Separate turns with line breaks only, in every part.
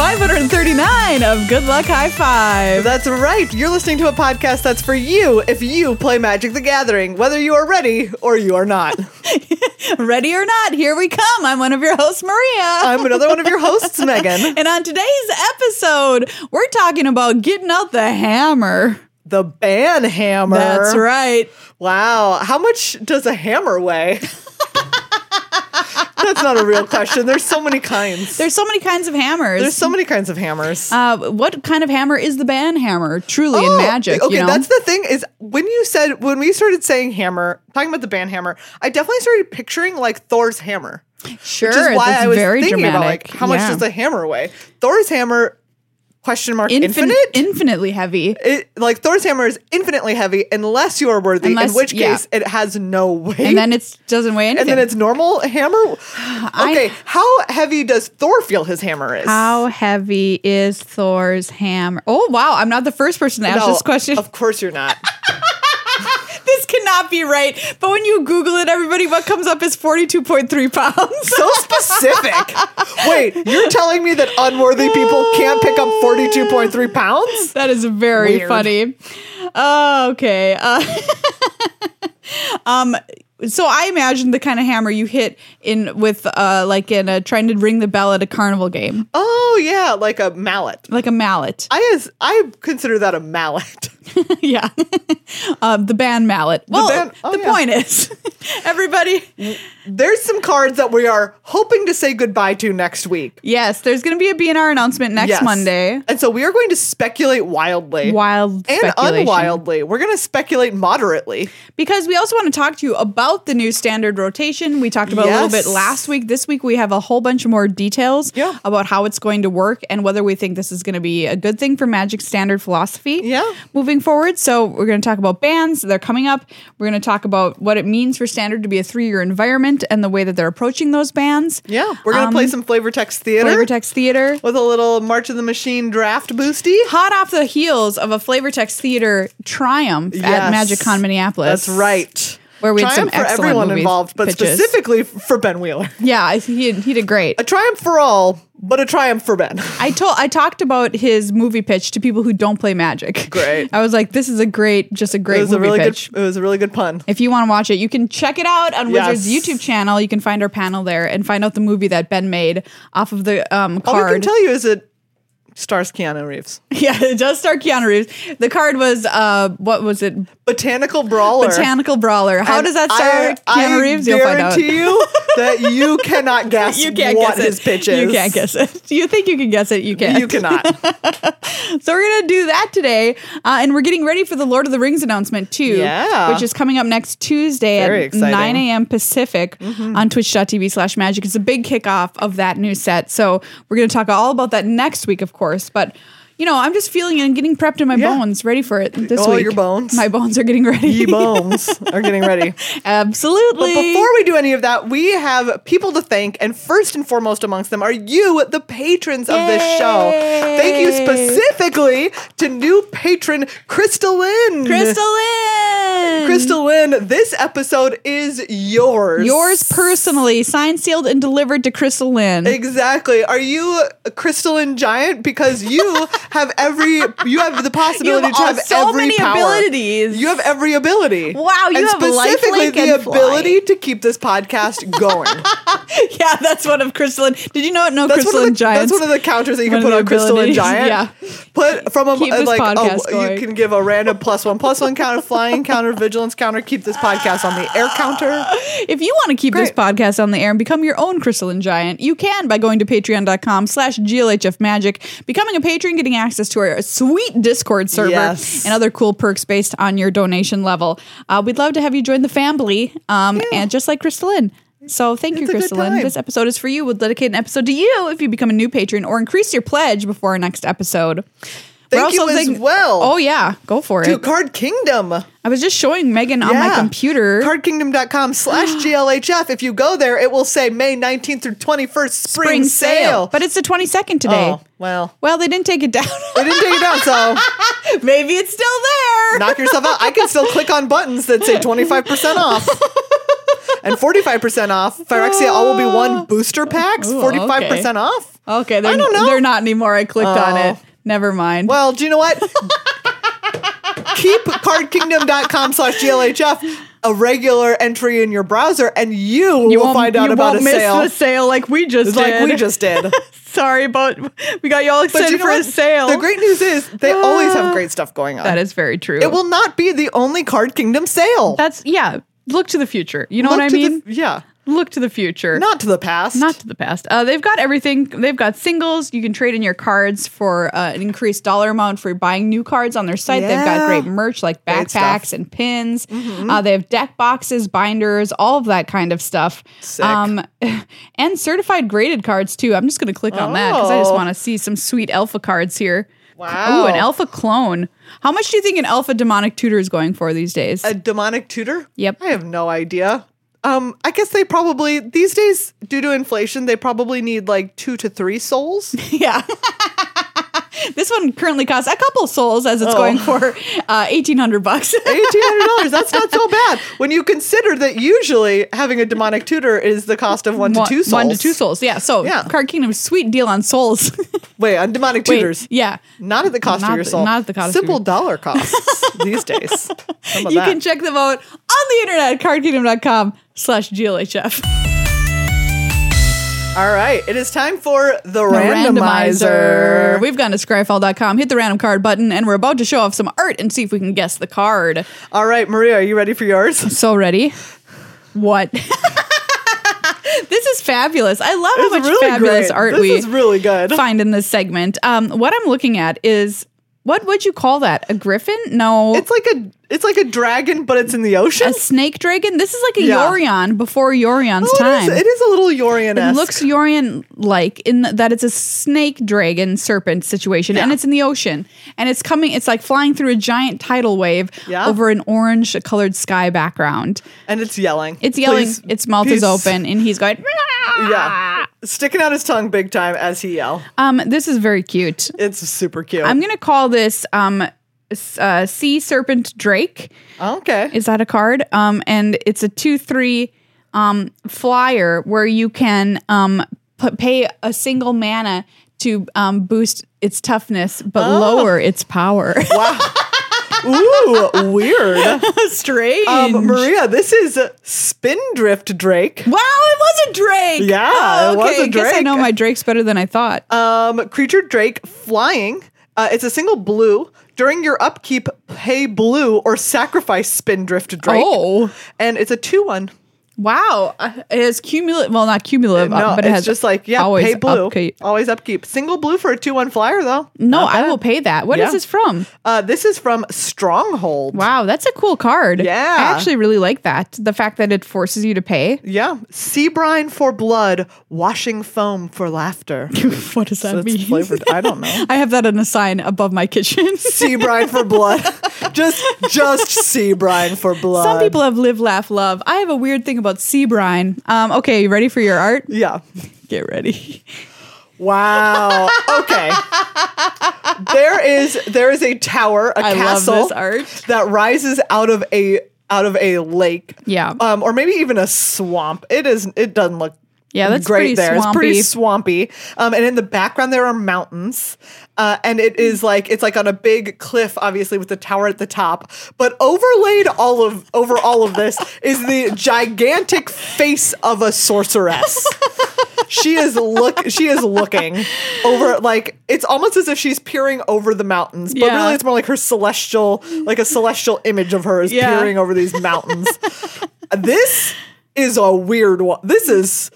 539 of Good Luck High Five.
That's right. You're listening to a podcast that's for you if you play Magic the Gathering, whether you are ready or you are not.
Ready or not, here we come. I'm one of your hosts, Maria.
I'm another one of your hosts, Megan.
and on today's episode, we're talking about getting out the hammer.
The ban hammer.
That's right.
Wow. How much does a hammer weigh? that's not a real question. There's so many kinds.
There's so many kinds of hammers.
There's so many kinds of hammers.
uh, what kind of hammer is the ban hammer? Truly in
Oh,
magic,
Okay,
you know?
that's the thing is when you said when we started saying hammer, talking about the ban hammer, I definitely started picturing like Thor's hammer,
sure.
which is why
that's
I was
very
thinking
dramatic.
about like how much
Yeah.
does a hammer weigh? Thor's hammer question mark
Infin-
infinite.
Infinitely heavy.
It, like Thor's hammer is infinitely heavy unless you are worthy,
Unless-
in which
yeah.
case it has no weight.
And then it doesn't weigh anything.
And then it's normal hammer. Okay, how heavy does Thor feel his hammer is?
How heavy is Thor's hammer? Oh wow, I'm not the first person to ask
No,
this question.
Of course you're not.
this cannot be right. But when you Google it, everybody, what comes up is 42.3 pounds.
so specific. Wait, you're telling me that unworthy people can't pick up 42.3 pounds?
That is very
Weird.
funny. Oh, okay. Uh, um. So I imagine the kind of hammer you hit in with, uh, like in a, trying to ring the bell at a carnival game,
Oh yeah, like a mallet.
like a mallet.
I is I consider that a mallet.
yeah, um, the band mallet. Well, the,
ban- oh, yeah.
point is, everybody.
There's some cards that we are hoping to say goodbye to next week.
Yes, there's going to be a BNR announcement next
Yes.
Monday.
And so we are going to speculate wildly.
Wild
and
speculation.
unwildly. We're going to speculate moderately.
because we also want to talk to you about the new standard rotation. We talked about it a little
Yes.
bit last week. This week we have a whole bunch more details
Yeah.
about how it's going to work and whether we think this is going to be a good thing for Magic standard philosophy.
Yeah.
moving forward. So we're going to talk about bans. They're coming up. We're going to talk about what it means for standard to be a three-year environment and the way that they're approaching those bans.
Yeah. We're going to
Um,
play some flavor text theater
Flavor Text Theater.
with a little March of the Machine draft boosty.
hot off the heels of a Flavor Text Theater triumph at
Yes.
Magic Con Minneapolis.
That's right.
Where we had
triumph
some
for
excellent
everyone
movie
involved, but
pitches.
specifically for Ben Wheeler.
Yeah, I think he he did great.
A triumph for all, but a triumph for Ben.
I told I talked about his movie pitch to people who don't play Magic.
Great.
I was like, this is a great, just a
It
great
was
movie
a really
pitch.
good. It was a really good pun.
If you want to watch it, you can check it out on
Yes.
Wizards YouTube channel. You can find our panel there and find out the movie that Ben made off of the um,
All we can
card.
tell Oh, you is it stars Keanu Reeves.
yeah, it does star Keanu Reeves. The card was uh, what was it?
Botanical brawler.
Botanical Brawler. How
And
does that star
I,
Keanu
I
Reeves? You'll find out.
guarantee you that you cannot guess
you can't
what
guess
his
it.
pitch is.
You can't guess it. You think you can guess it? You can't.
You cannot.
so we're gonna do that today, uh, and we're getting ready for the Lord of the Rings announcement too.
Yeah.
which is coming up next Tuesday
Very
at
exciting. Mm-hmm.
nine a.m. Pacific on Twitch.tv/Magic. slash magic. It's a big kickoff of that new set, so we're gonna talk all about that next week, of course, but. You know, I'm just feeling and getting prepped in my
Yeah.
bones, ready for it this
Oh,
week.
your bones.
My bones are getting ready.
Ye bones are getting ready.
Absolutely.
But before we do any of that, we have people to thank, and first and foremost amongst them are you, the patrons of this show. Thank you
Yay.
specifically to new patron Crystal Lynn.
Crystal Lynn.
Crystal Lynn, this episode is yours.
Yours personally, signed, sealed, and delivered to Crystal Lynn.
Exactly. Are you a crystalline giant? Because you have every you have the possibility to
all-
have
so
every
many
power.
abilities.
You have every ability.
Wow, you
and
have
specifically
lifelink
the
and fly.
ability to keep this podcast going.
yeah, that's one of Crystalline. Did you know it? No
That's one, of
Crystalline
the,
Giants.
that's one of the counters that you
One
can
of
put
the
on Crystalline
abilities,
Giant.
yeah.
Put from a
Keep
uh,
this
like a,
podcast going.
you can give a random plus one plus one counter, flying counter, vigilance counter. Keep this podcast on the air counter.
if you want to keep this
Great.
podcast on the air and become your own Crystalline Giant, you can by going to patreon.com slash glhf magic, becoming a patron, getting access to our sweet Discord server
Yes.
and other cool perks based on your donation level. Uh, we'd love to have you join the family, um, and just like Crystalline. So thank you,
It's a good
Crystalline.
time.
This episode is for you. We'll dedicate an episode to you if you become a new patron or increase your pledge before our next episode. We're
Thank you
also
as well.
Oh yeah, go for
To
it.
Card Kingdom.
I was just showing Megan on my
Yeah.
computer.
Cardkingdom.com slash GLHF. If you go there, it will say May 19th through 21st spring,
spring
sale.
sale. But it's the 22nd today.
Oh, well.
Well, they didn't take it down.
They didn't take it down, so
Maybe it's still there.
knock yourself out. I can still click on buttons that say 25% off. And 45% off. Phyrexia all will be one booster packs,
Ooh,
45% off.
Okay, they're,
I don't know. Oh.
They're not anymore. I clicked on it. Never mind.
Well, do you know what? Keep cardkingdom.com slash GLHF a regular entry in your browser and you, will
won't-
find out
you
about
won't
a
miss
sale.
the sale like we just
It's
did.
like we just did.
Sorry, but we got y'all
But
excited
you know
for a
what?
sale.
The great news is they always have
Uh,
great stuff going on.
that is very true.
it will not be the only Card Kingdom sale.
That's yeah. Look to the future. You know
Look
what I
to the-
mean?
yeah.
Look to the future.
Not to the past.
Not to the past. Uh, they've got everything. They've got singles. You can trade in your cards for uh, an increased dollar amount for buying new cards on their site. They've got
Yeah.
great merch like
Great stuff. Mm-hmm.
backpacks and pins. Uh, they have deck boxes, binders, all of that kind of stuff. Um,
Sick.
and certified graded cards too. I'm just going to click on that because I just
Oh.
want to see some sweet alpha cards here.
Wow.
Ooh, an alpha clone. How much do you think an alpha demonic tutor is going for these days?
a demonic tutor?
Yep.
I have no idea. Um, I guess they probably these days, due to inflation, they probably need like two to three souls.
Yeah. this one currently costs a couple souls as it's
Oh.
going for uh, eighteen hundred bucks.
Eighteen hundred dollars. That's not so bad when you consider that usually having a demonic tutor is the cost of one,
One-
to two souls.
One to two souls. Yeah. So
Yeah.
Card Kingdom, sweet deal on souls.
Wait, on demonic
Wait,
tutors.
yeah.
Not at the cost
Not
of your
the-
soul.
not at the cost of
Simple
your-
dollar costs these days. Some of
You
that.
can check them out on the internet at cardkingdom.com slash GLHF.
All right, it is time for the,
The
randomizer.
We've gone to scryfall.com, hit the random card button, and we're about to show off some art and see if we can guess the card.
All right, Maria, are you ready for yours?
So ready? What? this is fabulous. I love how much fabulous art
this
we
is really good.
find in this segment. Um, what I'm looking at is what would you call that? A griffin? No.
It's like a it's like a dragon, but it's in the
a
ocean.
snake dragon? This is like a
Yeah.
Yorion before Yorion's
Oh, it, is,
time.
it is a little Yorian.
It looks Yorian like in th- that it's a snake dragon serpent situation and
Yeah.
it's in the ocean and it's coming it's like flying through a giant tidal wave
Yeah.
over an orange colored sky background.
and it's yelling.
It's yelling,
Please-
its mouth
please-
is open and he's going
Yeah, sticking out his tongue big time as he yell.
Um this is very cute.
It's super cute.
I'm going to call this um s- uh, sea serpent drake.
okay.
is that a card? Um, and it's a two three um flyer where you can um put, pay a single mana to um boost its toughness but
Oh.
lower its power.
Ooh, weird.
Strange.
Um, Maria, this is Spindrift Drake.
wow, it was a Drake.
Yeah,
Oh,
it was
okay.
a
I guess I
Drake.
know my Drakes better than I thought.
Um, creature Drake flying. Uh, it's a single blue. During your upkeep, pay blue or sacrifice Spindrift Drake.
Oh.
And it's a 2 1.
wow, Uh, it has cumulative. Well, not cumulative,
No,
uh, but
it's
it has
just like, yeah,
always
pay blue.
upkeep.
Always upkeep. Single blue for a 2 1 flyer, though.
No,
Not
I
bad.
will pay that. What is
Yeah.
this from?
Uh, this is from Stronghold.
Wow, that's a cool card.
Yeah.
I actually really like that. The fact that it forces you to pay.
Yeah. Sea brine for blood, washing foam for laughter.
what does that
That's
mean?
flavored. I don't know.
I have that on a sign above my kitchen.
sea brine for blood. just just sea brine for blood.
Some people have live, laugh, love. I have a weird thing about sea brine. Um, okay, you ready for your art?
Yeah.
Get ready.
Wow. Okay. there is there is a tower, a
I love
castle
this art.
that rises out of a out of a lake.
Yeah.
Um, or maybe even a swamp. It is it doesn't look
Yeah, that's pretty
great there. It's
swampy.
pretty swampy. Um, and in the background there are mountains. Uh, and it is like it's like on a big cliff, obviously, with the tower at the top. But overlaid all of over all of this is the gigantic face of a sorceress. she is look she is looking over like it's almost as if she's peering over the mountains but
Yeah.
really it's more like her celestial like a celestial image of her is
Yeah.
peering over these mountains this is a weird one this is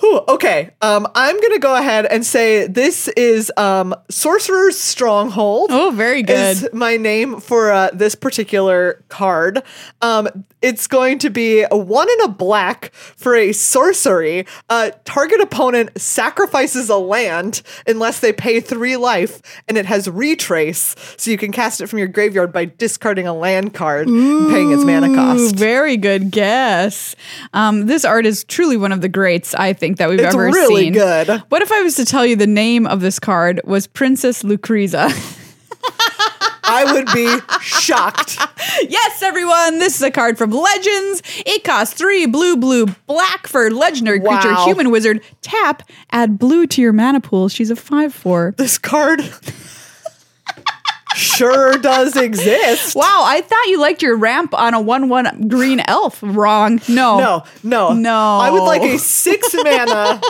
whew, okay um i'm gonna go ahead and say this is um sorcerer's stronghold
Oh, very good.
is my name for uh, this particular card. Um, it's going to be a one and a black for a sorcery. Uh, target opponent sacrifices a land unless they pay three life, and it has retrace, so you can cast it from your graveyard by discarding a land card, and paying its mana
Ooh,
cost.
very good guess. Um, this art is truly one of the greats I think that we've
It's
ever
really
seen.
good.
What if I was to tell you the name of this card was Princess Lucrezia?
I would be shocked.
Yes, everyone, this is a card from Legends. It costs three blue, blue, black for legendary creature,
Wow.
human wizard. Tap, add blue to your mana pool. She's a 5 4.
This card sure does exist.
Wow, I thought you liked your ramp on a 1 1 green elf. Wrong. No.
No, no,
Oh. No.
I would like a six mana,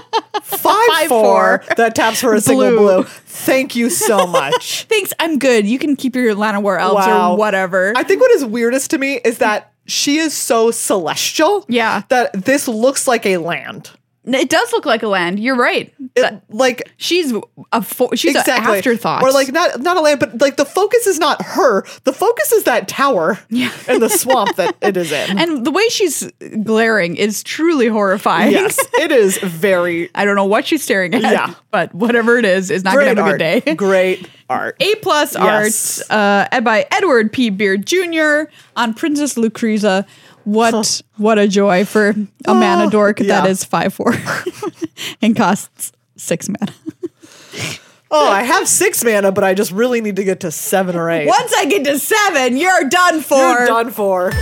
five,
Five,
four,
four.
that taps for a single
Blue.
blue. Thank you so much.
Thanks, I'm good. You can keep your Lana War elves
Wow.
or whatever.
I think what is weirdest to me is that she is so celestial.
Yeah.
That this looks like a land.
it does look like a land. You're right.
It-
That-
like
she's a fo- she's
exactly
an afterthought.
or like not not a land, but like the focus is not her. The focus is that tower
Yeah.
and the swamp that it is in.
and the way she's glaring is truly horrifying.
yes, it is very
I don't know what she's staring at.
Yeah.
But whatever it is, is not going
great
to have a
art.
good day.
Great art.
A plus
Yes.
art uh, ed- by Edward P. Beard Jr. on Princess Lucrezia. What what a joy for a mana
Oh,
dork
yeah.
that is five four and costs six mana.
Oh, I have six mana, but I just really need to get to seven or eight.
Once I get to seven, you're done for.
You're done for.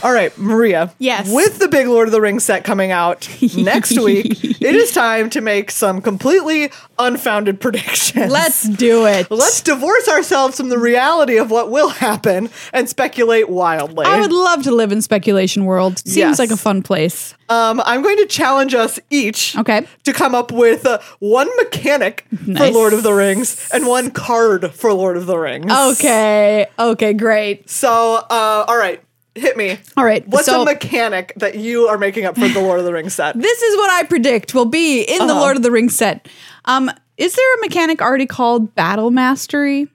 All right, Maria.
Yes.
With the big Lord of the Rings set coming out next week, it is time to make some completely unfounded predictions.
Let's do it.
Let's divorce ourselves from the reality of what will happen and speculate wildly.
I would love to live in speculation world. Seems
Yes.
like a fun place.
um, I'm going to challenge us each
Okay.
to come up with uh, one mechanic
Nice.
for Lord of the Rings and one card for Lord of the Rings.
Oh, Okay. Okay. Great.
So, uh, all right, hit me.
All right,
What's
so-
a mechanic that you are making up for the Lord of the Rings set?
This is what I predict will be in
Uh-huh.
the Lord of the Rings set. Um, is there a mechanic already called battle mastery?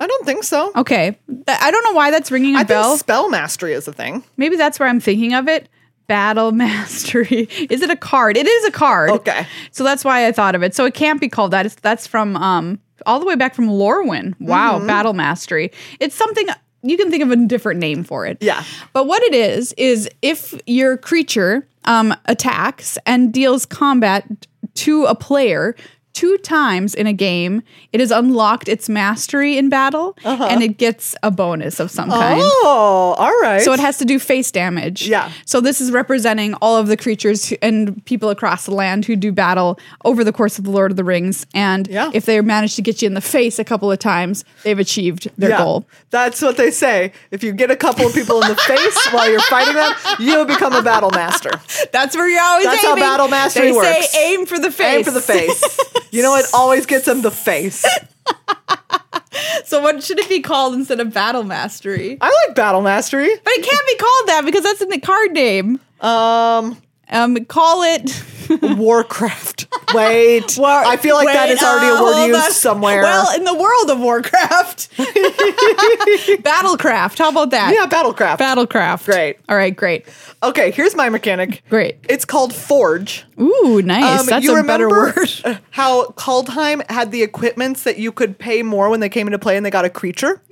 I don't think so.
Okay. Th- I don't know why that's ringing a
I
bell.
think spell mastery is a thing.
Maybe that's where I'm thinking of it. Battle Mastery. Is it a card? It is a card.
Okay.
So that's why I thought of it. So it can't be called that. It's, that's from um all the way back from Lorwyn. Wow, Battle Mastery. It's something you can think of a different name for it.
Yeah.
But what it is is if your creature um attacks and deals combat to a player two times in a game, it has unlocked its mastery in battle and it gets a bonus of some kind.
Oh, all right.
So it has to do face damage.
Yeah.
So this is representing all of the creatures who- and people across the land who do battle over the course of the Lord of the Rings. And
Yeah.
if they manage to get you in the face a couple of times, they've achieved their
Yeah.
goal.
That's what they say. If you get a couple of people in the face while you're fighting them, you become a battle master.
That's where you're always
That's how
aiming.
battle mastery
they
works.
say aim for the face.
Aim for the face. You know what always gets them? The face.
so what should it be called instead of battle mastery?
I like battle mastery.
But it can't be called that because that's in the card name.
Um,
Um, call it.
Warcraft. Wait. I feel like that
Wait,
is already
uh,
a word
hold
used
on.
somewhere.
Well, in the world of Warcraft, Battlecraft. How about that?
yeah, Battlecraft.
Battlecraft.
Great.
All right, great.
Okay, here's my mechanic.
Great.
It's called Forge.
Ooh, nice.
Um,
That's
you
a better
remember
word.
how Kaldheim had the equipments that you could pay more when they came into play and they got a creature?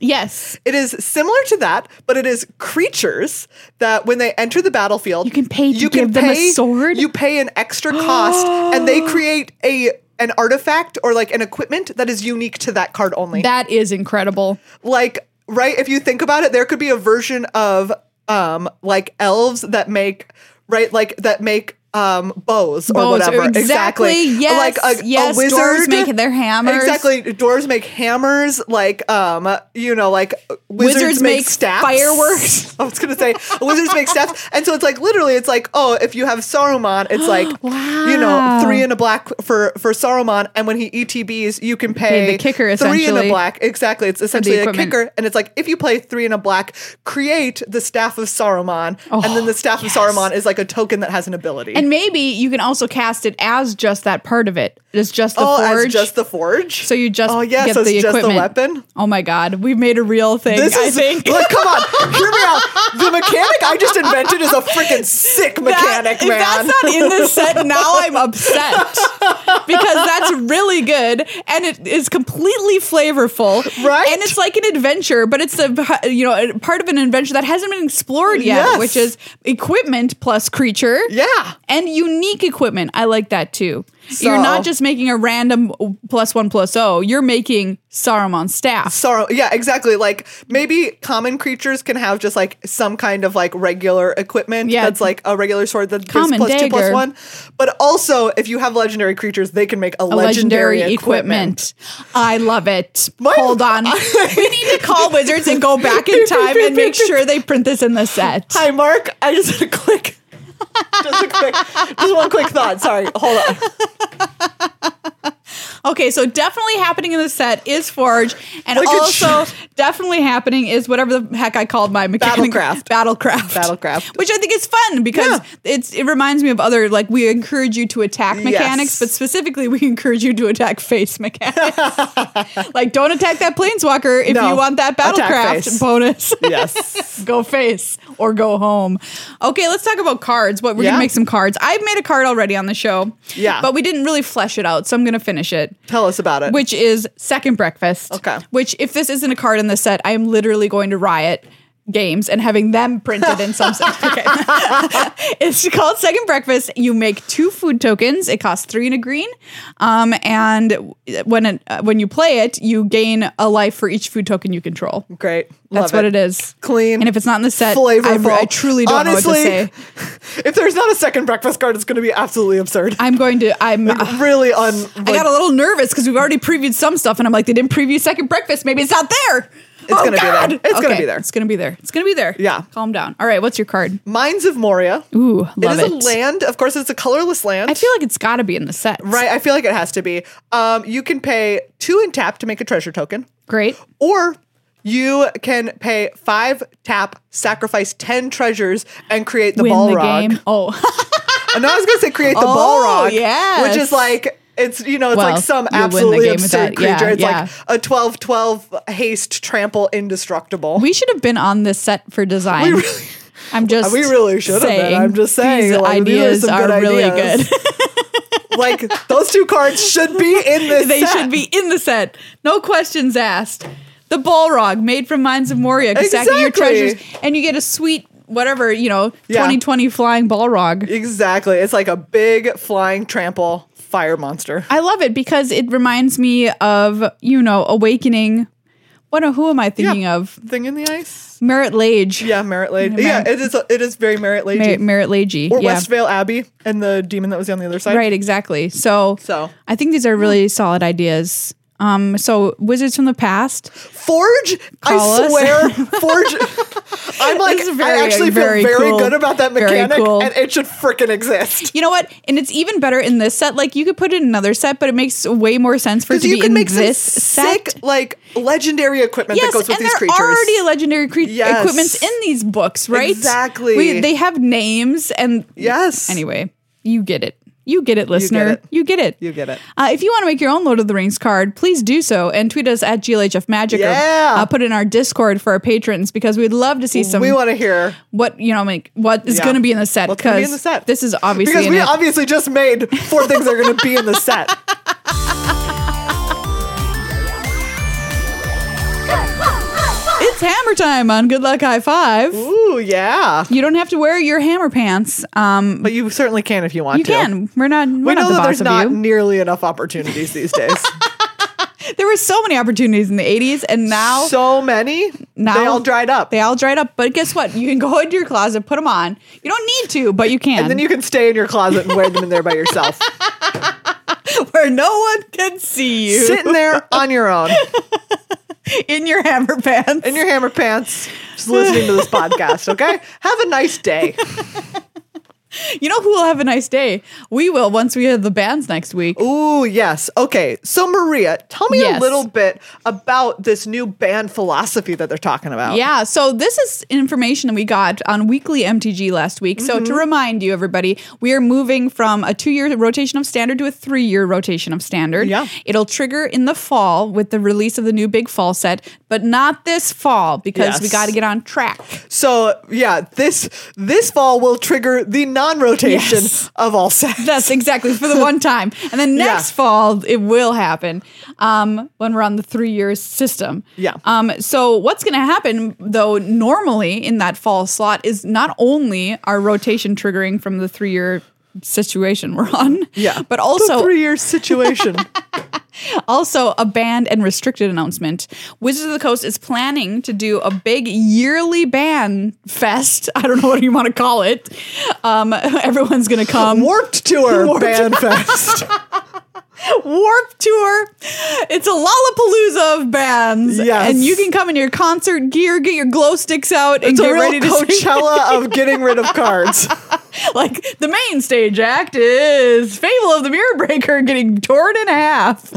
Yes.
It is similar to that, but it is creatures that when they enter the battlefield,
You can pay to give them a sword?
You pay an extra cost, and they create a an artifact or like an equipment that is unique to that card only.
That is incredible.
like right if you think about it there could be a version of um like elves that make right like that make um bows, or
Bows,
whatever
exactly, yes, yes, dwarves make their hammers.
exactly dwarves make hammers like um you know like wizards,
Wizards
make,
make
staffs
fireworks.
i was gonna say wizards make staffs and so it's like literally it's like oh if you have saruman it's like you know
Wow.
three and a black for for saruman and when he etbs you can pay,
the kicker,
three and a
essentially.
black exactly it's essentially a
equipment.
kicker and it's like if you play three in a black, create the staff of Saruman, and then the staff
Oh, yes.
of Saruman is like a token that has an ability.
And maybe you can also cast it as just that part of it. It's just the
oh,
forge.
as just the forge.
so you just
oh yeah,
get
so it's
the
just the
equipment.
weapon.
Oh my god, we've made a real thing.
This
I
is
think
look, come on, hear me out. The mechanic I just invented is a freaking sick mechanic,
That-
man.
If that's not in this set now, I'm upset because that's really good and it is completely flavorful,
Right?
And it's like an adventure, but it's a you know a part of an adventure that hasn't been explored yet,
Yes.
which is equipment plus creature,
yeah,
and unique equipment. I like that too.
So-
you're not just making a random plus one plus oh. You're making Saruman staff.
sorrow yeah exactly like maybe common creatures can have just like some kind of like regular equipment
Yeah.
that's like a regular sword that gives
Common
plus two plus
dagger.
one but also if you have legendary creatures they can make a,
A
legendary, equipment,
I love it.
My-
Hold on. we need to call wizards and go back in time and make sure they print this in the set.
hi mark i just had a quick just a quick just one quick thought sorry hold on
Okay, so definitely happening in the set is Forge, and
Look at
also definitely happening is whatever the heck I called my mechanic
Battlecraft.
Battlecraft.
Battlecraft.
Which I think is fun because it's it reminds me of other like we encourage you to attack mechanics,
Yes.
but specifically we encourage you to attack face mechanics. like don't attack that planeswalker if
No,
you want that
attack
Battlecraft
face.
bonus.
yes
go face or go home. Okay, let's talk about cards. What we're
Yeah.
gonna make some cards. I've made a card already on the show.
Yeah.
But we didn't really flesh it out, so I'm gonna finish it.
tell us about it
Which is second breakfast.
Okay.
Which if this isn't a card in the set, I am literally going to riot games and having them printed in some set. Okay. it's called second breakfast. You make two food tokens. It costs three and a green. Um, and when it, uh, when you play it, you gain a life for each food token you control.
great
That's
Love
what it is.
Clean,
And if it's not in the set,
flavorful
I, I truly don't
Honestly,
know what to say.
if there's not a second breakfast card it's going to be absolutely absurd
I'm going to. I'm.
really un
I got a little nervous because we've already previewed some stuff, and I'm like, they didn't preview second breakfast. Maybe it's not there. It's
gonna be there. It's gonna be there.
It's gonna be there. It's gonna be there.
Yeah.
Calm down. All right. What's your card?
Mines of Moria.
Ooh, love
it is
it.
a land. Of course, it's a colorless land.
I feel like it's got to be in the set.
right. I feel like it has to be. Um, you can pay two and tap to make a treasure token,
Great.
or you can pay five tap, sacrifice ten treasures, and create the
Win
Balrog.
the game. Oh,
And I was gonna say create the
Oh,
Balrog,
yes.
which is like. It's you know it's
Well,
like some
you'll win the
absolutely
game with
absurd
that. Yeah,
creature. it's
yeah.
like a 12-12 haste trample indestructible.
we should have been on this set for design. I'm just.
We really should have been.
saying
I'm just saying,
These
like,
ideas
these are some
are,
good
really
ideas.
good.
like those two cards should be in this.
they
set.
should be in the set. No questions asked. The Balrog made from Mines of Moria, exactly. your
Exactly.
treasures, and you get a sweet whatever you know,
Yeah.
twenty twenty flying Balrog.
Exactly. It's like a big flying trample fire monster.
I love it because it reminds me of you know Awakening. What who am I thinking of?
Thing in the ice.
Merritt Lage.
Yeah, Merit Lady. Yeah,
Merit-
it is. It is very Merit
Mer-
Lady.
Merritt Lage.
or
yeah.
Westvale Abbey and the demon that was on the other side.
Right, exactly. So,
So.
I think these are really solid ideas. Um, so Wizards from the Past.
Forge.
Call
I
us.
swear, Forge. I'm like,
This is very-
I actually
very
feel very
cool.
good about that
Very
mechanic,
cool.
and it should freaking exist.
You know what? And it's even better in this set. Like you could put it in another set, but it makes way more sense for it
Because
to
you
be
can
in
make
this
some
set.
sick, like legendary equipment
Yes,
that goes with
and
these
there
creatures.
are already legendary cre-
Yes.
equipments in these books, right?
Exactly.
We, they have names and
yes.
Anyway, you get it. You get it, listener.
it.
You get it.
You get it.
Uh, if you want to make your own Lord of the Rings card, please do so and tweet us at GLHF Magic
Yeah.
or uh, put it in our Discord for our patrons because we'd love to see some
we want to hear
what you know like what is
Yeah.
going to be in the set
What's gonna be in
because
the set?
this is obviously
because
in
we
it.
obviously just made four things that are going to be in the set.
It's hammer time on Good Luck High Five.
Ooh, yeah.
You don't have to wear your hammer pants. Um,
But you certainly can if you want
you
to.
can. We're not. We're not
We know
the
that
boss
there's
of
not
you.
nearly enough opportunities these days.
There were so many opportunities in the '80s, and now
so many,
now
they all dried up.
They all dried up. But guess what? You can go into your closet, put them on. You don't need to, but you can.
and then you can stay in your closet and wear them in there by yourself,
where no one can see you
sitting there on your own
in your hammer pants.
in your hammer pants, just listening to this podcast. Okay, have a nice day.
you know who will have a nice day? We will once we have the bands next week.
Ooh, yes. Okay, so Maria, tell me
Yes.
a little bit about this new band philosophy that they're talking about.
Yeah. So this is information we got on weekly MTG last week. So
Mm-hmm.
to remind you, everybody, we are moving from a two-year rotation of standard to a three-year rotation of standard.
Yeah.
It'll trigger in the fall with the release of the new big fall set, but not this fall because we
Yes.
got to get on track.
So yeah, this this fall will trigger the non-rotation
Yes.
of all sets.
That's exactly for the one time. And then
Yeah.
next fall, it will happen um, when we're on the three year system.
Yeah.
Um, so, what's going to happen, though, normally in that fall slot is not only our rotation triggering from the three year situation we're on.
Yeah.
But
the
also
three year situation.
also a banned and restricted announcement. Wizards of the Coast is planning to do a big yearly ban fest. I don't know what you want to call it. Um, everyone's going to come.
Warped tour
Warped-
band fest.
Warp Tour. It's a Lollapalooza of bands.
Yes.
And you can come in your concert gear, get your glow sticks out, and
It's
get
a real
ready to sing.
Coachella of getting rid of cards.
Like the main stage act is Fable of the Mirror Breaker getting torn in half.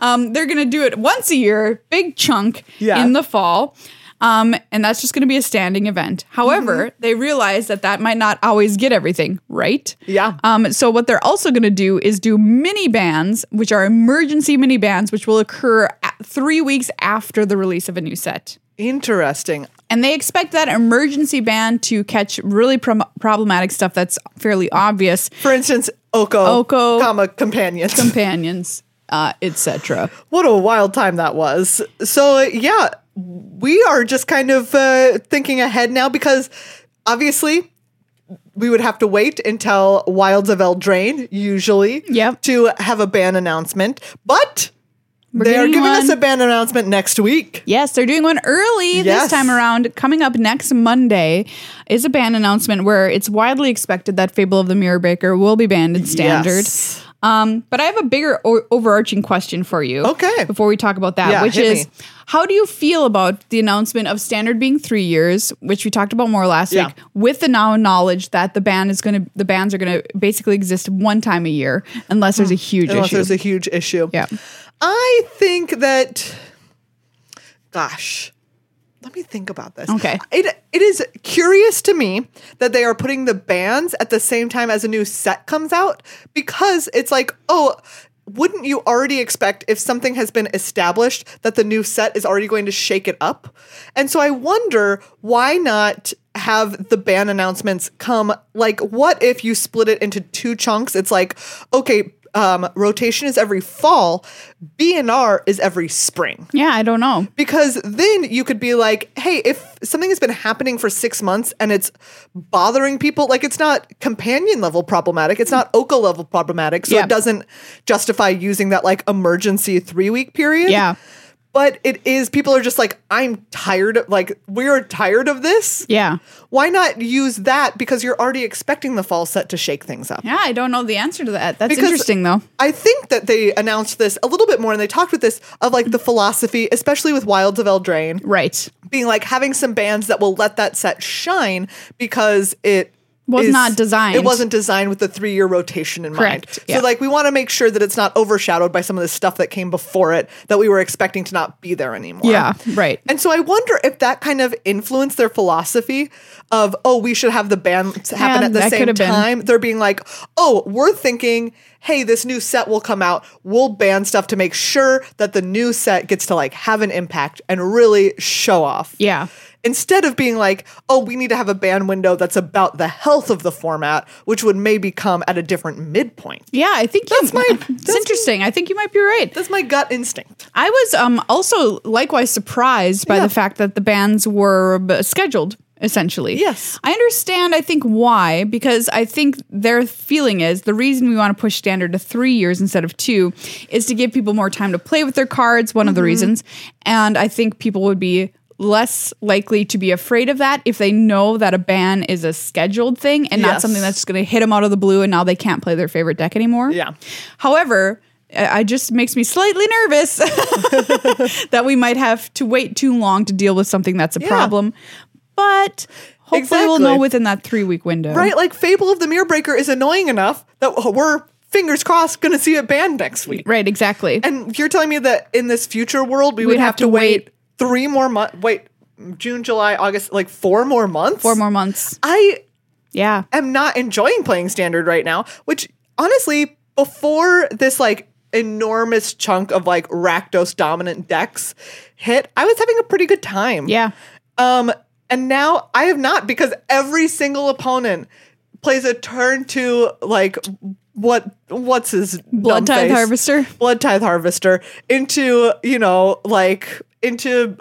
Um, they're gonna do it once a year, big chunk
Yeah.
in the fall. Um, and that's just gonna be a standing event. However,
Mm-hmm.
they realize that that might not always get everything, right?
Yeah.
Um, so what they're also going to do is do mini bans, which are emergency mini bans, which will occur at three weeks after the release of a new set.
Interesting.
And they expect that emergency ban to catch really prom- problematic stuff that's fairly obvious,
For instance, Oko,
Oko.
comma companions.
companions, uh, etc.
what a wild time that was. So yeah, we are just kind of uh, thinking ahead now because obviously we would have to wait until Wilds of Eldraine usually
Yep.
to have a ban announcement, but they are
getting
giving us
one.
a ban announcement next week.
Yes, they're doing one early
Yes.
this time around. Coming up next Monday is a ban announcement where it's widely expected that Fable of the Mirror Breaker will be banned in standard.
Yes.
Um, but I have a bigger o- overarching question for you.
Okay.
Before we talk about that,
Yeah,
which
hit
is
me.
how do you feel about the announcement of standard being three years, which we talked about more last
Yeah.
week, with the now knowledge that the ban is going to the bans are going to basically exist one time a year unless there's a huge
Hmm. Unless
issue.
there's a huge issue.
yeah.
I think that, gosh, let me think about this.
Okay.
It, it is curious to me that they are putting the bands at the same time as a new set comes out because it's like, oh, wouldn't you already expect if something has been established that the new set is already going to shake it up? And so I wonder why not have the ban announcements come like what if you split it into two chunks? It's like, okay, um, rotation is every fall, BNR is every spring.
Yeah, I don't know.
Because then you could be like, hey, if something has been happening for six months and it's bothering people, like it's not companion level problematic, it's not Oka level problematic. So
Yeah.
it doesn't justify using that like emergency three week period.
Yeah.
But it is, people are just like, I'm tired of, like, we're tired of this.
Yeah.
Why not use that? Because you're already expecting the fall set to shake things up.
Yeah, I don't know the answer to that. That's
Because-
interesting though.
I think that they announced this a little bit more and they talked with this of like the philosophy, especially with Wilds of Eldraine.
Right.
being like having some bands that will let that set shine because it
Was not designed.
It wasn't designed with the three year rotation in
Correct,
mind.
yeah.
So like we want to make sure that it's not overshadowed by some of the stuff that came before it that we were expecting to not be there anymore.
Yeah, right.
And so I wonder if that kind of influenced their philosophy of oh we should have the bands happen
Yeah,
at the
that could
same
have been.
time. They're being like oh we're thinking hey this new set will come out we'll ban stuff to make sure that the new set gets to like have an impact and really show off.
Yeah.
Instead of being like, oh, we need to have a ban window that's about the health of the format, which would maybe come at a different midpoint.
Yeah, I think that's
my-
It's
that's-
interesting. I think you might be right.
That's my gut instinct.
I was um, also likewise surprised by
Yeah.
the fact that the bands were b- scheduled essentially.
Yes.
I understand I think why because I think their feeling is the reason we want to push standard to 3 years instead of 2 is to give people more time to play with their cards, one of
Mm-hmm.
the reasons. And I think people would be less likely to be afraid of that if they know that a ban is a scheduled thing and not
Yes.
something that's going to hit them out of the blue and now they can't play their favorite deck anymore.
Yeah.
However, I I just makes me slightly nervous that we might have to wait too long to deal with something that's a problem. But hopefully we'll know
Exactly.
within that three week window.
Right? Like Fable of the Mirror Breaker is annoying enough that we're fingers crossed gonna see a ban next week.
Right, exactly.
And you're telling me that in this future world we would
We'd
have,
have
to,
to
wait,
wait-
three more months wait, June, July, August, like four more months?
Four more months.
I
Yeah.
am not enjoying playing standard right now, which honestly, before this like enormous chunk of like Rakdos dominant decks hit, I was having a pretty good time.
Yeah.
Um, and now I have not because every single opponent plays a turn to like what what's his
Blood
dumb
Tithe
face?
Harvester?
Blood Tithe Harvester into, you know, like into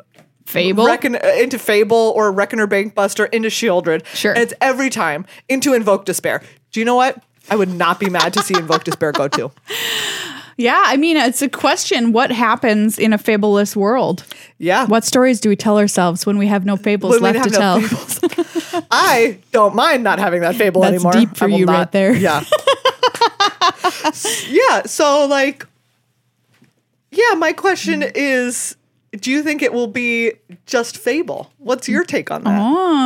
Fable.
Reckon, uh, into Fable or Reckoner Bankbuster into Shieldred.
Sure.
And it's every time into Invoke Despair. Do you know what? I would not be mad to see Invoke Despair go too.
Yeah, I mean, it's a question. What happens in a fabulous world?
Yeah.
What stories do we tell ourselves when we have no fables
When we
left to
have no
tell?
fables. I don't mind not having that fable
That's
anymore.
deep for
I will
you right
not-
there.
Yeah. S- yeah. So like, yeah. My question is, do you think it will be just fable? What's your take on that?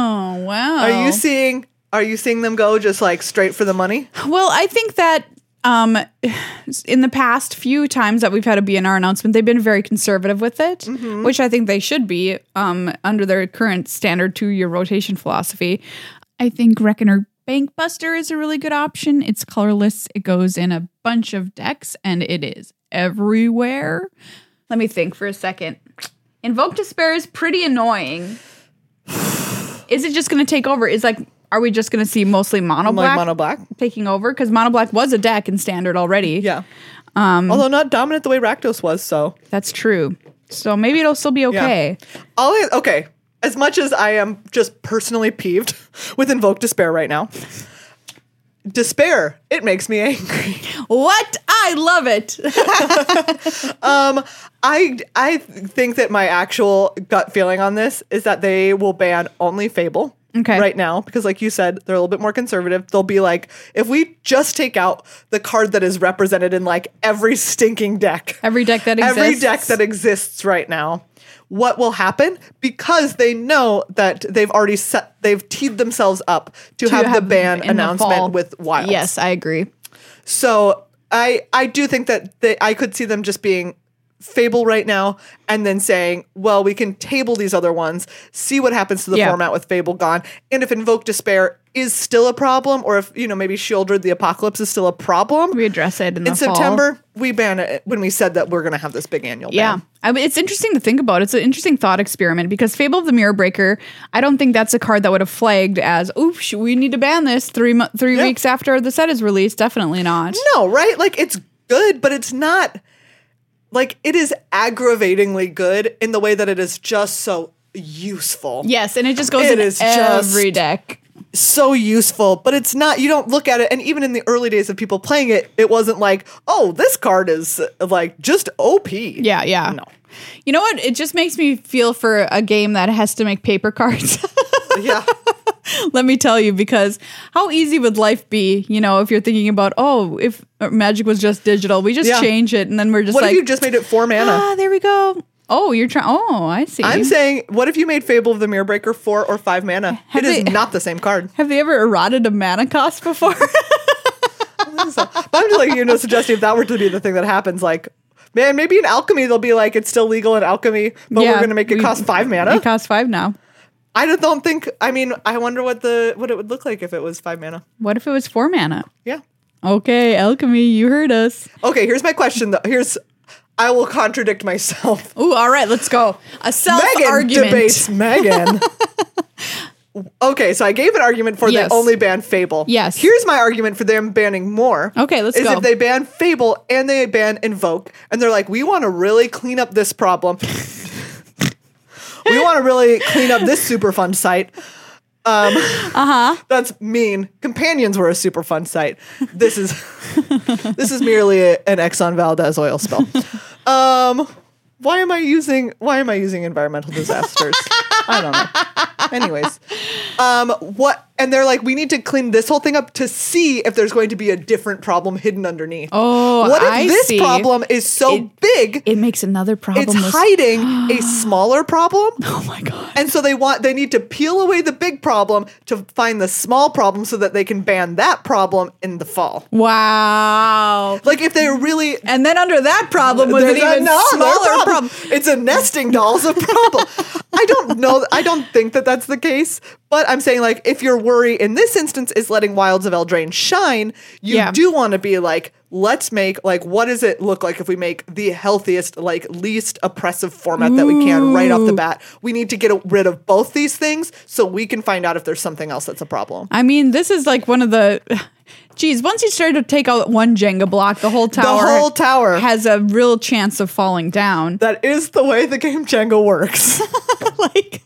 Oh, wow.
Are you seeing? Are you seeing them go just like straight for the money?
Well, I think that um, in the past few times that we've had a BNR announcement, they've been very conservative with it, which I think they should be um, under their current standard two year rotation philosophy. I think Reckoner Bankbuster is a really good option. It's colorless, it goes in a bunch of decks, and it is everywhere. Let me think for a second. Invoke Despair is pretty annoying. Is it just going to take over? Is like, are we just going to see mostly mono
Like
black?
mono black?
taking over because mono black was a deck in standard already.
Yeah.
Um,
Although not dominant the way Rakdos was, so
That's true. So maybe it'll still be
Yeah.
okay.
All I, okay. As much as I am just personally peeved with Invoke Despair right now, despair, it makes me angry.
What? I love it.
I, I think that my actual gut feeling on this is that they will ban only Fable
Okay.
right now because, like you said, they're a little bit more conservative. They'll be like, if we just take out the card that is represented in like every stinking deck,
Every deck that exists.
every deck that exists right now what will happen because they know that they've already set they've teed themselves up to,
you
have, the
them
ban
in the
announcement
fall.
with wilds
Yes, I agree.
so i i do think that they i could see them just being fable right now and then saying well we can table these other ones see what happens to the
Yeah.
format with fable gone and if invoke despair is still a problem or if you know maybe shielded the apocalypse is still a problem
We address it in, the
in
fall.
september we ban it when we said that we're going to have this big annual ban.
Yeah. I mean, it's interesting to think about. It's an interesting thought experiment because Fable of the Mirror Breaker, I don't think that's a card that would have flagged as, oops, we need to ban this three, mo- three
Yeah.
weeks after the set is released. Definitely not.
No, right? Like it's good, but it's not like it is aggravatingly good in the way that it is just so useful.
Yes, and it just goes
It
in
is
every deck.
So useful, but it's not you don't look at it and even in the early days of people playing it, it wasn't like, "Oh, this card is uh, like just OP."
Yeah,
Yeah.
yeah.
No.
You know what? It just makes me feel for a game that has to make paper cards.
yeah.
Let me tell you, because how easy would life be, you know, if you're thinking about, oh, if Magic was just digital, we just
Yeah.
change it and then we're just
What
like,
if you just made it 4 mana?
ah, there we go. Oh, you're trying. Oh, I see.
I'm saying, what if you made Fable of the Mirror Breaker 4 or 5 mana?
Have
it is
they-
not the same card.
Have they ever eroded a mana cost before?
So, but I'm just like, you know, suggesting if that were to be the thing that happens, like, man, maybe in alchemy they'll be like, it's still legal in alchemy, but we're going to make it
we-
cost five mana.
It costs five now.
I don't- don't think. I mean, I wonder what the what it would look like if it was five mana.
What if it was four mana?
Yeah.
Okay, alchemy, you heard us.
Okay. Here's my question. Though. Here's I will contradict myself.
Ooh, all right, let's go. A self
Megan
argument.
debates Megan. okay, so I gave an argument for
Yes.
they only ban Fable.
Yes.
Here's my argument for them banning more.
Okay, let's
is
go.
if they ban Fable and they ban Invoke, and they're like, we want to really clean up this problem. we want to really clean up this Superfund site. Um,
Uh-huh.
uh huh. That's mean. Companions were a Superfund site. This is this is merely a- an Exxon Valdez oil spill. Um, why am I using why am I using environmental disasters? I don't know. Anyways, um, what and they're like, we need to clean this whole thing up to see if there's going to be a different problem hidden underneath.
Oh,
what if
I
this
see.
problem is so
It-
big?
It makes another problem.
it's
list-
hiding a smaller problem.
Oh my god.
And so they want they need to peel away the big problem to find the small problem so that they can ban that problem in the fall.
Wow.
Like if they're really
And then under that problem was an
There's
even
another
smaller problem.
It's a nesting dolls of problem. I don't know. I don't think that that's the case. But I'm saying like if your worry in this instance is letting Wilds of Eldraine shine, you
Yeah.
do want to be like, let's make like what does it look like if we make the healthiest, like least oppressive format that we can right off the bat. We need to get rid of both these things so we can find out if there's something else that's a problem.
I mean, this is like one of the. Geez, once you start to take out one Jenga block, the whole tower,
whole tower.
has a real chance of falling down.
That is the way the game Django works.
like,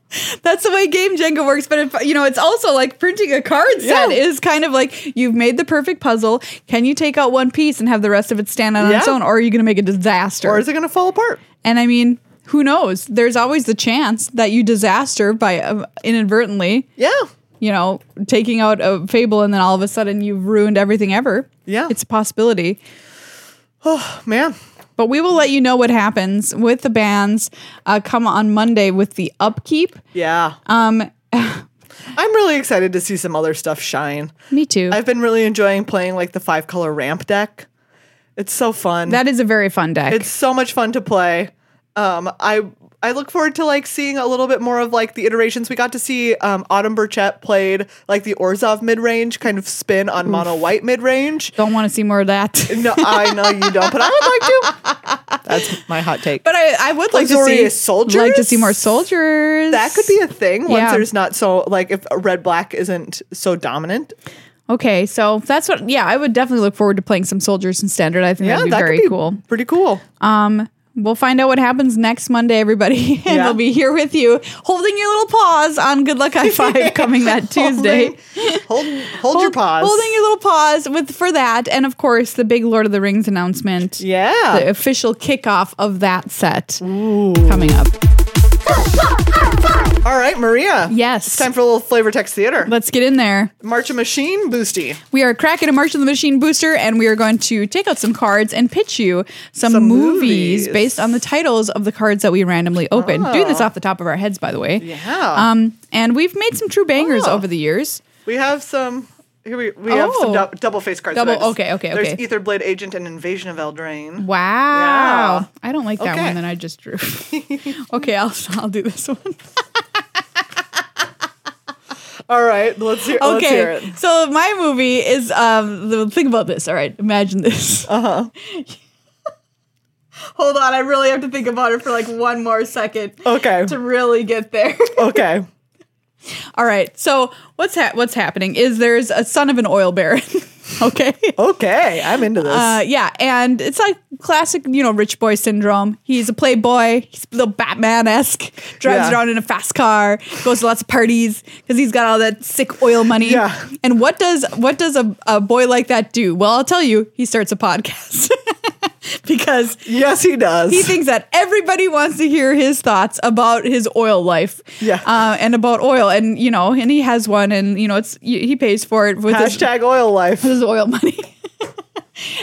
That's the way game Jenga works. But if, you know, it's also like printing a card set
Yeah.
is kind of like you've made the perfect puzzle. Can you take out one piece and have the rest of it stand on its
Yeah.
own, or are you going to make a disaster?
or is it going to fall apart?
and I mean, who knows? There's always the chance that you disaster by um, inadvertently,
Yeah.
you know, taking out a fable, and then all of a sudden you've ruined everything ever.
Yeah.
it's a possibility.
Man.
But we will let you know what happens with the bands. Uh, come on Monday with the upkeep.
Yeah.
Um,
I'm really excited to see some other stuff shine.
me too.
I've been really enjoying playing like the five color ramp deck. It's so fun.
that is a very fun deck.
it's so much fun to play. Um, I I look forward to like seeing a little bit more of like the iterations. We got to see um, Autumn Burchett played like the Orzov mid range kind of spin on mono white mid range.
Don't want to see more of that.
No, I know you don't, but I would like to. That's my hot take.
But I, I would like to see
Luxurious soldiers?
Like to see more soldiers.
that could be a thing once
Yeah.
there's not so like if red black isn't so dominant.
okay. So that's what. Yeah, I would definitely look forward to playing some soldiers in standard. I think
Yeah,
that'd be
that
very
could be
cool.
Pretty cool.
Um, we'll find out what happens next Monday, everybody, and
Yeah.
we'll be here with you, holding your little paws on Good Luck I Five coming that Tuesday.
Holding- Hold hold, your
Hold-
pause.
Holding your little paws with for that, and of course the big Lord of the Rings announcement.
yeah.
The official kickoff of that set coming up.
All right, Maria.
Yes.
It's time for a little flavor text theater.
Let's get in there.
March a machine boosty.
We are cracking a March of the Machine booster, and we are going to take out some cards and pitch you some,
Some
movies,
movies. Ah.
based on the titles of the cards that we randomly open. Doing this off the top of our heads, by the way.
Yeah.
Um, and we've made some true bangers
Oh.
over the years.
we have some here we, we have some
Oh.
dou- double face cards.
Double-
that I just-
okay, okay,
There's
okay.
Ether Blade Agent and Invasion of Eldraine.
Wow.
Yeah.
I don't like that
Okay.
one that I just drew. okay, I'll, I'll do this one.
All right, let's hear, Oh, let's hear it.
Okay. So my movie is um the think about this. All right, imagine this.
Uh-huh.
Hold on, I really have to think about it for like one more second.
Okay.
To really get there.
Okay.
All right. So what's ha- what's happening is there's a son of an oil baron. okay.
Okay. I'm into this.
Uh, yeah, and it's like classic, you know, rich boy syndrome. He's a playboy. He's a little Batman esque. Drives
Yeah.
around in a fast car. Goes to lots of parties because he's got all that sick oil money.
Yeah.
And what does what does a, a boy like that do? Well, I'll tell you. He starts a podcast because
yes, he does.
he thinks that everybody wants to hear his thoughts about his oil life.
Yeah.
Uh, and about oil, and you know, and he has one, and you know, it's he pays for it with his
Hashtag oil life.
his oil money.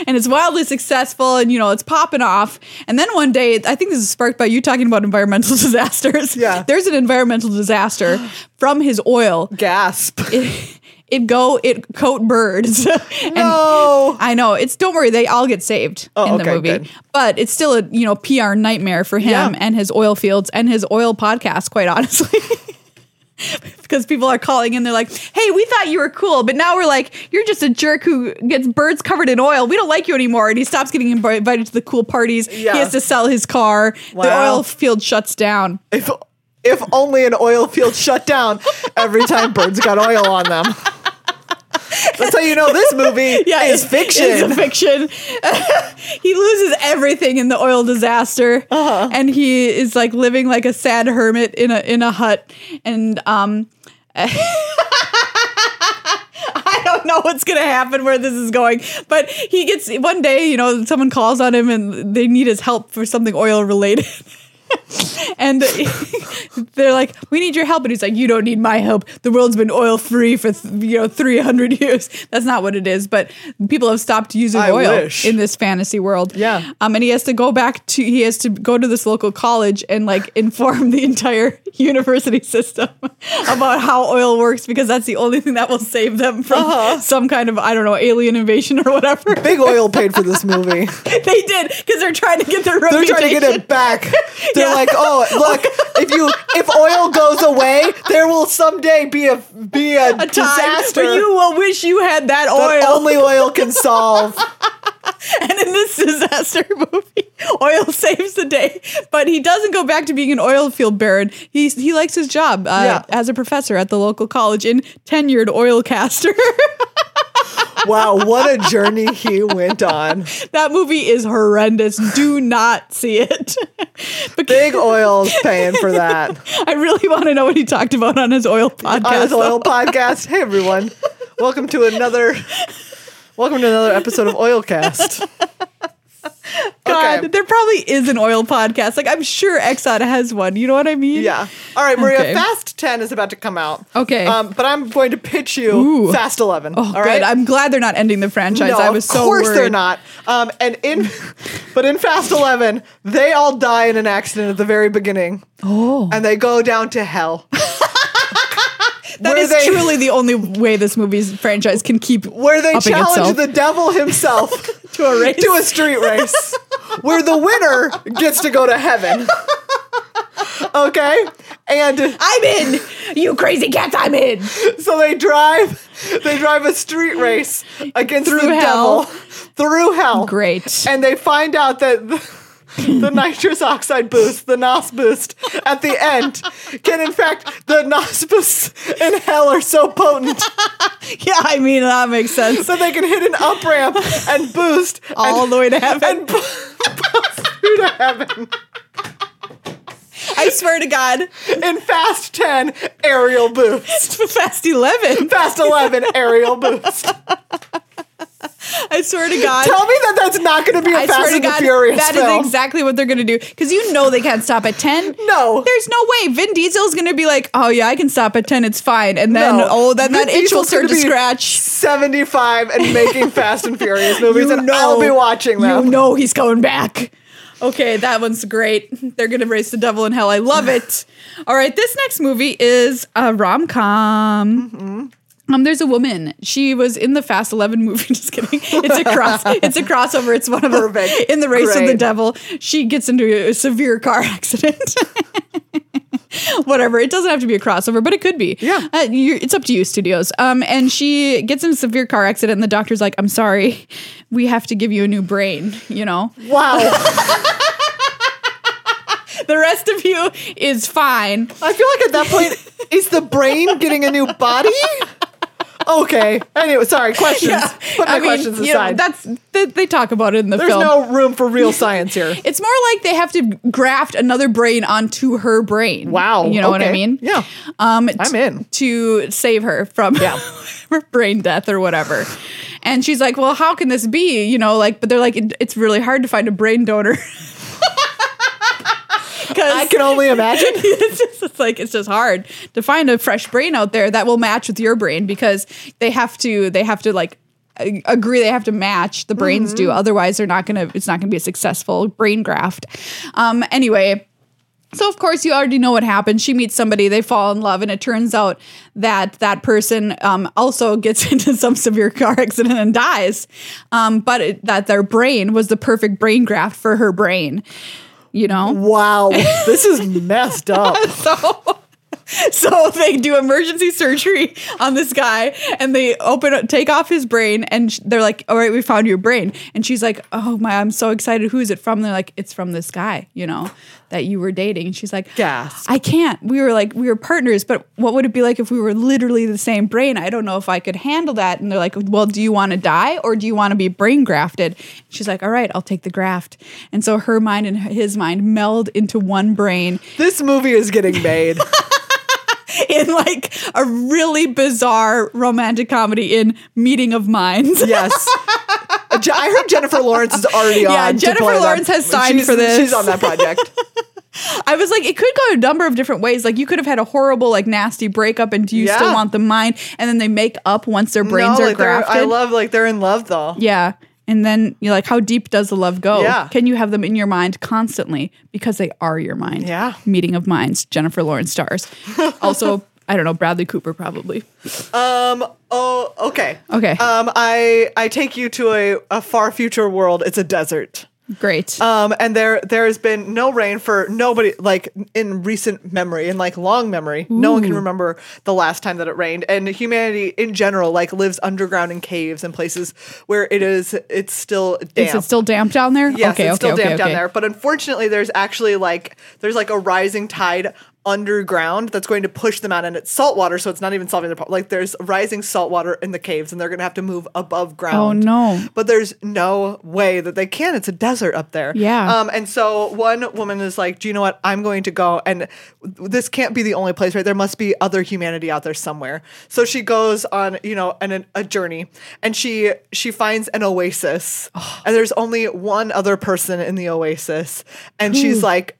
and it's wildly successful and you know it's popping off and then one day i think this is sparked by you talking about environmental disasters
Yeah.
there's an environmental disaster from his oil
Gasp.
it, it go it coat birds and
No.
i know it's don't worry they all get saved
Oh,
in the
okay,
movie
good.
but it's still a you know pr nightmare for him
Yeah.
and his oil fields and his oil podcast quite honestly because people are calling in they're like hey we thought you were cool but now we're like you're just a jerk who gets birds covered in oil we don't like you anymore and he stops getting invi- invited to the cool parties
Yeah.
he has to sell his car the
Wow.
oil field shuts down
If if only an oil field shut down every time birds got oil on them. That's how you know this movie is
it-
fiction.
It's fiction. he loses everything in the oil disaster, and he is like living like a sad hermit in a in a hut. And um, I don't know what's gonna happen where this is going, but he gets one day. You know, someone calls on him and they need his help for something oil related. And they're like, "We need your help," and he's like, "You don't need my help. The world's been oil free for th- you know three hundred years. That's not what it is, but people have stopped using
I
oil
wish.
in this fantasy world.
Yeah.
Um, and he has to go back to he has to go to this local college and like inform the entire university system about how oil works because that's the only thing that will save them from
Uh-huh.
some kind of I don't know alien invasion or whatever.
Big oil paid for this movie.
they did because they're trying to get their
They're
reputation.
trying to get it back. They're
Yeah.
like, oh, look, if you if oil goes away, there will someday be a be a,
a time
disaster
where you will wish you had that
that
oil.
only oil can solve.
And in this disaster movie, oil saves the day, but he doesn't go back to being an oil field baron. He he likes his job uh,
Yeah.
as a professor at the local college in tenured oil caster.
Wow, what a journey he went on.
that movie is horrendous. Do not see it.
Big oil's paying for that.
I really want to know what he talked about on his oil podcast.
on his oil podcast. Hey everyone. Welcome to another Welcome to another episode of Oilcast.
God,
Okay.
there probably is an oil podcast. Like I'm sure Exxon has one. You know what I mean?
Yeah. All right, Maria,
Okay.
Fast 10 is about to come out.
Okay.
Um, but I'm going to pitch you
Ooh.
Fast 11.
Oh,
all right?
good. I'm glad they're not ending the franchise. I was so
of course
worried.
they're not. Um, and in, but in Fast Eleven, they all die in an accident at the very beginning. Oh, and they go down to hell.
That
Where
is
they-
truly the only way this movie's franchise can keep
Where they
upping
challenge
itself.
the devil himself
to a race.
to a street race, where the winner gets to go to heaven. Okay, and
I'm in. You crazy cats, I'm in.
so they drive, they drive a street race against
Through
the
hell.
devil through hell.
Great.
and they find out that the, the nitrous oxide boost, the NOS boost at the end, can in fact the NOS boosts in hell are so potent
yeah, I mean that makes sense.
so they can hit an up ramp and boost
All
and,
the way to heaven.
and bu- bust through to heaven.
I swear to God,
In fast ten, aerial boost.
Fast Eleven.
Fast eleven, aerial boost.
I swear to God.
Tell me that that's not going to be a
I
Fast
swear to
and the
God,
Furious
that is
film.
exactly what they're going to do. Because you know they can't stop at 10.
No.
There's no way. Vin Diesel's going to be like, oh, yeah, I can stop at 10. It's fine. And then,
No.
oh, then
Vin
that itch will
Diesel's
start to
gonna be
scratch.
75 and making Fast and Furious movies,
You
and I'll be watching them.
You know he's coming back. Okay, that one's great. They're gonna race the devil in hell. I love it. All right, this next movie is a rom com.
Mm-hmm.
Um, there's a woman. She was in the Fast Eleven movie. Just kidding. It's a cross. it's a crossover. It's one of them.
Perfect.
In the race of the
Great.
devil, she gets into a severe car accident. Whatever. It doesn't have to be a crossover, but it could be.
Yeah.
Uh, you it's up to you, studios. Um, and she gets in a severe car accident, and the doctor's like, "I'm sorry, we have to give you a new brain." You know,
Wow.
the rest of you is fine.
I feel like at that point, is the brain getting a new body? Okay. Anyway, sorry. Questions. Put my questions
you know,
aside.
that's they, they talk about it in the
There's
film.
no room for real science here.
It's more like they have to graft another brain onto her brain.
Wow.
You know what I
Okay.
mean?
Yeah.
Um,
I'm
t-
in.
To save her from
Yeah.
her brain death or whatever. And she's like, well, how can this be? You know, like, but they're like, "It- it's really hard to find a brain donor.
I
Because
can only imagine.
it's, just, it's like it's just hard to find a fresh brain out there that will match with your brain because they have to they have to like a- agree they have to match the brains do otherwise they're not gonna it's not gonna be a successful brain graft um anyway so of course you already know what happens. She meets somebody, they fall in love, and it turns out that that person um, also gets into some severe car accident and dies. Um, but it, that their brain was the perfect brain graft for her brain. You know,
Wow. This is messed up.
so so they do emergency surgery on this guy and they open take off his brain and sh- they're like all right we found your brain and she's like oh my i'm so excited who is it from they're like it's from this guy you know that you were dating and she's like
Gasp.
i can't we were like we were partners but what would it be like if we were literally the same brain i don't know if i could handle that and they're like well do you want to die or do you want to be brain grafted she's like all right i'll take the graft and so her mind and his mind meld into one brain
This movie is getting made.
in like a really bizarre romantic comedy in Meeting of Minds.
Yes. Je- I heard Jennifer Lawrence is already on.
Yeah,
to
Jennifer
play that.
Lawrence has signed
She's-
for this.
She's on that project.
I was like, it could go a number of different ways. Like you could have had a horrible, like nasty breakup, and do you still
Yeah.
want the mind? And then they make up once their brains
No,
are
like, they're-
grafted.
I love like they're in love though.
yeah. And then you're like, how deep does the love go?
Yeah.
Can you have them in your mind constantly? Because they are your mind.
Yeah.
Meeting of Minds, Jennifer Lawrence stars. also, I don't know, Bradley Cooper probably.
Um. Oh. Okay.
Okay.
Um. I I take you to a, a far future world. It's a desert.
Great.
Um. And there there has been no rain for nobody like in recent memory in like long memory. No one can remember the last time that it rained. And humanity in general like lives underground in caves and places where it is it's still damp.
Is it still damp down there?
Yes,
okay,
it's
okay,
still
okay,
damp down
okay.
there. But unfortunately, there's actually like there's like a rising tide underground that's going to push them out and it's salt water so it's not even solving their problem like there's rising salt water in the caves and they're going to have to move above ground
Oh, no.
but there's no way that they can it's a desert up there
Yeah.
um and so one woman is like do you know what i'm going to go and this can't be the only place right there must be other humanity out there somewhere so she goes on you know an, a journey and she she finds an oasis and there's only one other person in the oasis and she's like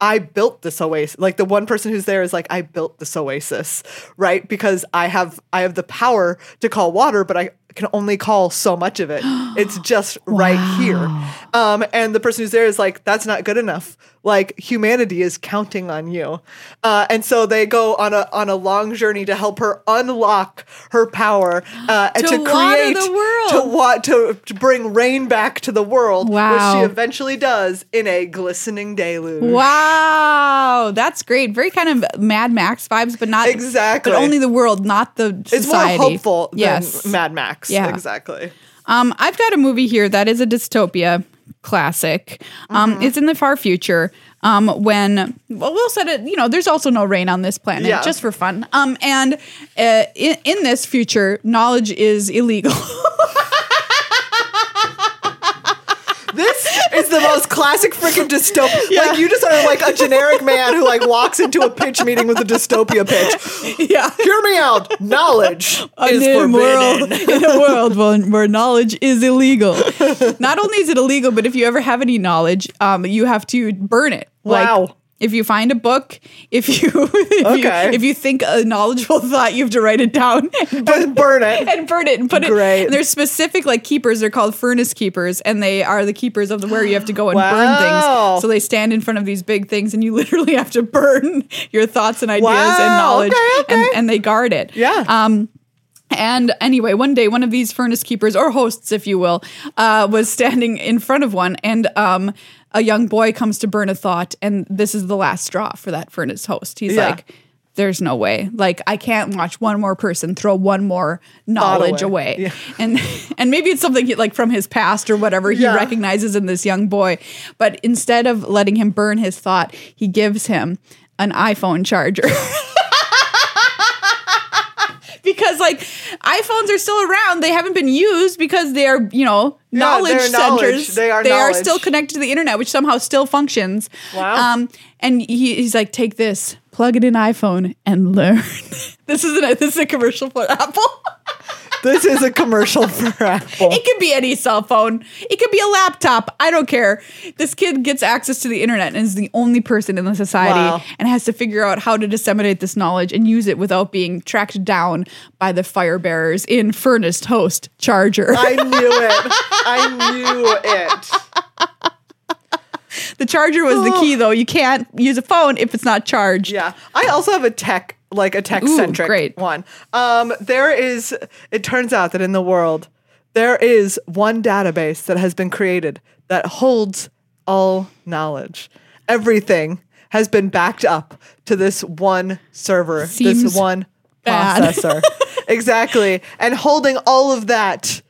I built this oasis. Like the one person who's there is like, I built this oasis, right? Because I have I have the power to call water, but I can only call so much of it. It's just right here. Um, and the person who's there is like, that's not good enough. Like humanity is counting on you. Uh, and so they go on a on a long journey to help her unlock her power uh, and
To
to
water
create
the world.
to wa- to, to bring rain back to the world, which
Wow.
she eventually does in a glistening deluge.
Wow, that's great. Very kind of Mad Max vibes, but not
Exactly.
But only the world, not the
It's
society.
more hopeful
Yes.
than Mad Max.
Yeah.
Exactly.
Um, I've got a movie here that is a dystopia classic. Um,
Mm-hmm.
It's in the far future. Um, when well, we'll set it. You know, there's also no rain on this planet,
Yeah.
just for fun. Um, and uh, in, in this future, knowledge is illegal.
This is the most classic freaking dystopia. Like you just are like a generic man who like walks into a pitch meeting with a dystopia pitch.
yeah,
Hear me out. Knowledge is
in a
forbidden.
world in a world where, where knowledge is illegal. Not only is it illegal, but if you ever have any knowledge, um, you have to burn it.
Wow.
if you find a book, if you if,
Okay.
you if you think a knowledgeable thought, you have to write it down and burn,
Just burn it.
and burn it and put
Great.
it. And there's specific like keepers. They're called furnace keepers, and they are the keepers of the where you have to go and burn
Wow.
things. So they stand in front of these big things, and you literally have to burn your thoughts and ideas and
Wow,
knowledge,
okay, okay.
And, and they guard it.
Yeah.
Um, and anyway, one day, one of these furnace keepers or hosts, if you will, uh, was standing in front of one, and um, a young boy comes to burn a thought, and this is the last straw for that furnace host. He's
Yeah.
like, "There's no way. Like, I can't watch one more person throw one more knowledge
away.
away." And and maybe it's something he- like from his past or whatever he
Yeah.
recognizes in this young boy, but instead of letting him burn his thought, he gives him an iPhone charger. because like iPhones are still around. They haven't been used because they are, you know, knowledge
they're knowledge.
centers.
They are knowledge.
still connected to the internet, which somehow still functions.
Wow.
Um, and he, he's like, take this, plug it in iPhone, and learn. this isn't a, this is a commercial for Apple.
This is a commercial for Apple.
it could be any cell phone. It could be a laptop. I don't care. This kid gets access to the internet and is the only person in the society
Wow.
and has to figure out how to disseminate this knowledge and use it without being tracked down by the fire bearers in furnace host charger.
I knew it. I knew it.
the charger was the key though. You can't use a phone if it's not charged.
Yeah. I also have a tech, like a tech centric
Ooh, great.
one. Um, there is, it turns out that in the world, there is one database that has been created that holds all knowledge. Everything has been backed up to this one server,
Seems
this one
bad.
processor. exactly. And holding all of that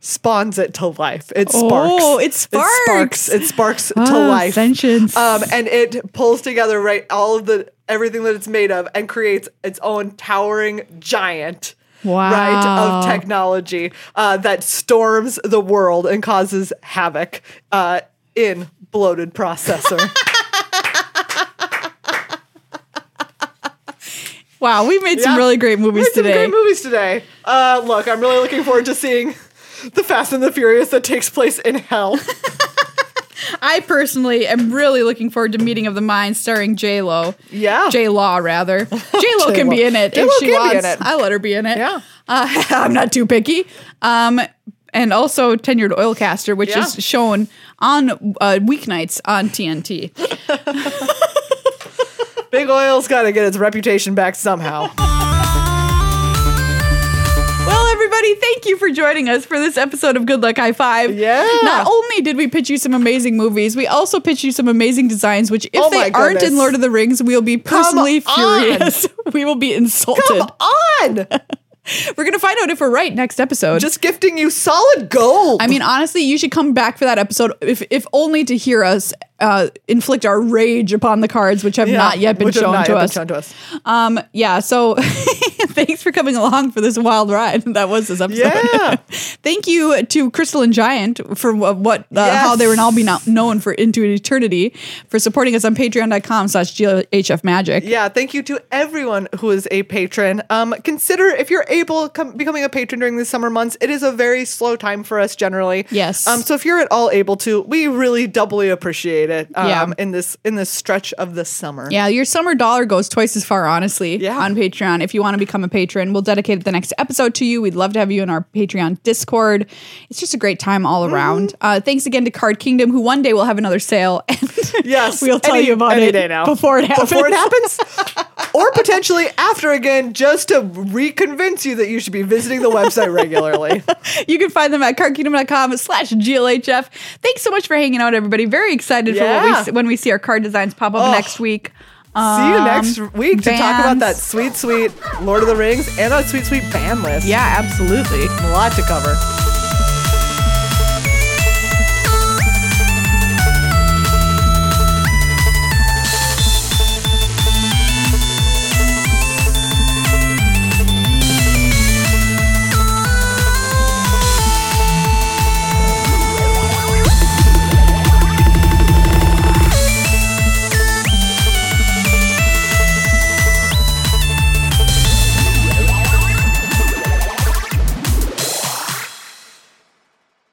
spawns it to life. It sparks.
Oh, it
It sparks.
sparks.
It sparks to
Ah,
life.
sentience.
Um, and it pulls together right all of the everything that it's made of and creates its own towering giant. Right
Wow.
of technology uh, that storms the world and causes havoc uh, in bloated processor.
Wow, we made some
Yeah.
really great
We
movies
had some
today.
great movies today. Uh, look, I'm really looking forward to seeing the Fast and the Furious that takes place in hell.
I personally am really looking forward to Meeting of the Minds starring J Lo.
Yeah.
J Law rather. J Lo
J-Lo.
can be in it
J-Lo
if she
can be
wants.
in it.
I let her be in it.
Yeah.
Uh, I'm not too picky. Um, and also Tenured Oilcaster, which
Yeah.
is shown on uh, weeknights on TNT.
Big Oil's got to get its reputation back somehow.
Well, everybody, thank you for joining us for this episode of Good Luck High Five.
Yeah.
Not only did we pitch you some amazing movies, we also pitched you some amazing designs, which if
Oh my
they aren't in
goodness.
Lord of the Rings, we'll be personally
on.
furious. we will be insulted.
Come on,
We're gonna find out if we're right next episode.
just gifting you solid gold.
I mean, honestly, you should come back for that episode if if only to hear us uh, inflict our rage upon the cards, which have
Yeah,
not yet been
which have
shown
not
to
yet been
us.
shown to us.
Um, yeah. So thanks for coming along for this wild ride. That was this episode.
Yeah.
Thank you to Crystal and Giant for wha- what uh,
Yes.
how they were now being out- known for into eternity for supporting us on patreon.com slash glhf magic.
Yeah, thank you to everyone who is a patron. Um, consider if you're able com- becoming a patron during the summer months. It is a very slow time for us generally.
Yes.
Um, so if you're at all able to, we really doubly appreciate it. Um,
Yeah.
In this in this stretch of the summer.
Yeah, your summer dollar goes twice as far, honestly,
Yeah.
on Patreon. If you want to become a patron, we'll dedicate the next episode to you. We'd love to have you in our Patreon Discord. It's just a great time all
Mm-hmm.
around. Uh, thanks again to Card Kingdom, who one day will have another sale. And
Yes,
we'll tell
any-
you about
any
it
day now.
before it happens.
Before it happens, or potentially after again, just to reconvince you that you should be visiting the website regularly.
you can find them at cardkingdom.com slash glhf. Thanks so much for hanging out, everybody. Very excited for
Yeah.
what we, when we see our card designs pop up
Oh.
next week.
See you
Um,
next week to talk about
bands.
that sweet, sweet Lord of the Rings and our sweet, sweet band list.
Yeah, absolutely.
A lot to cover.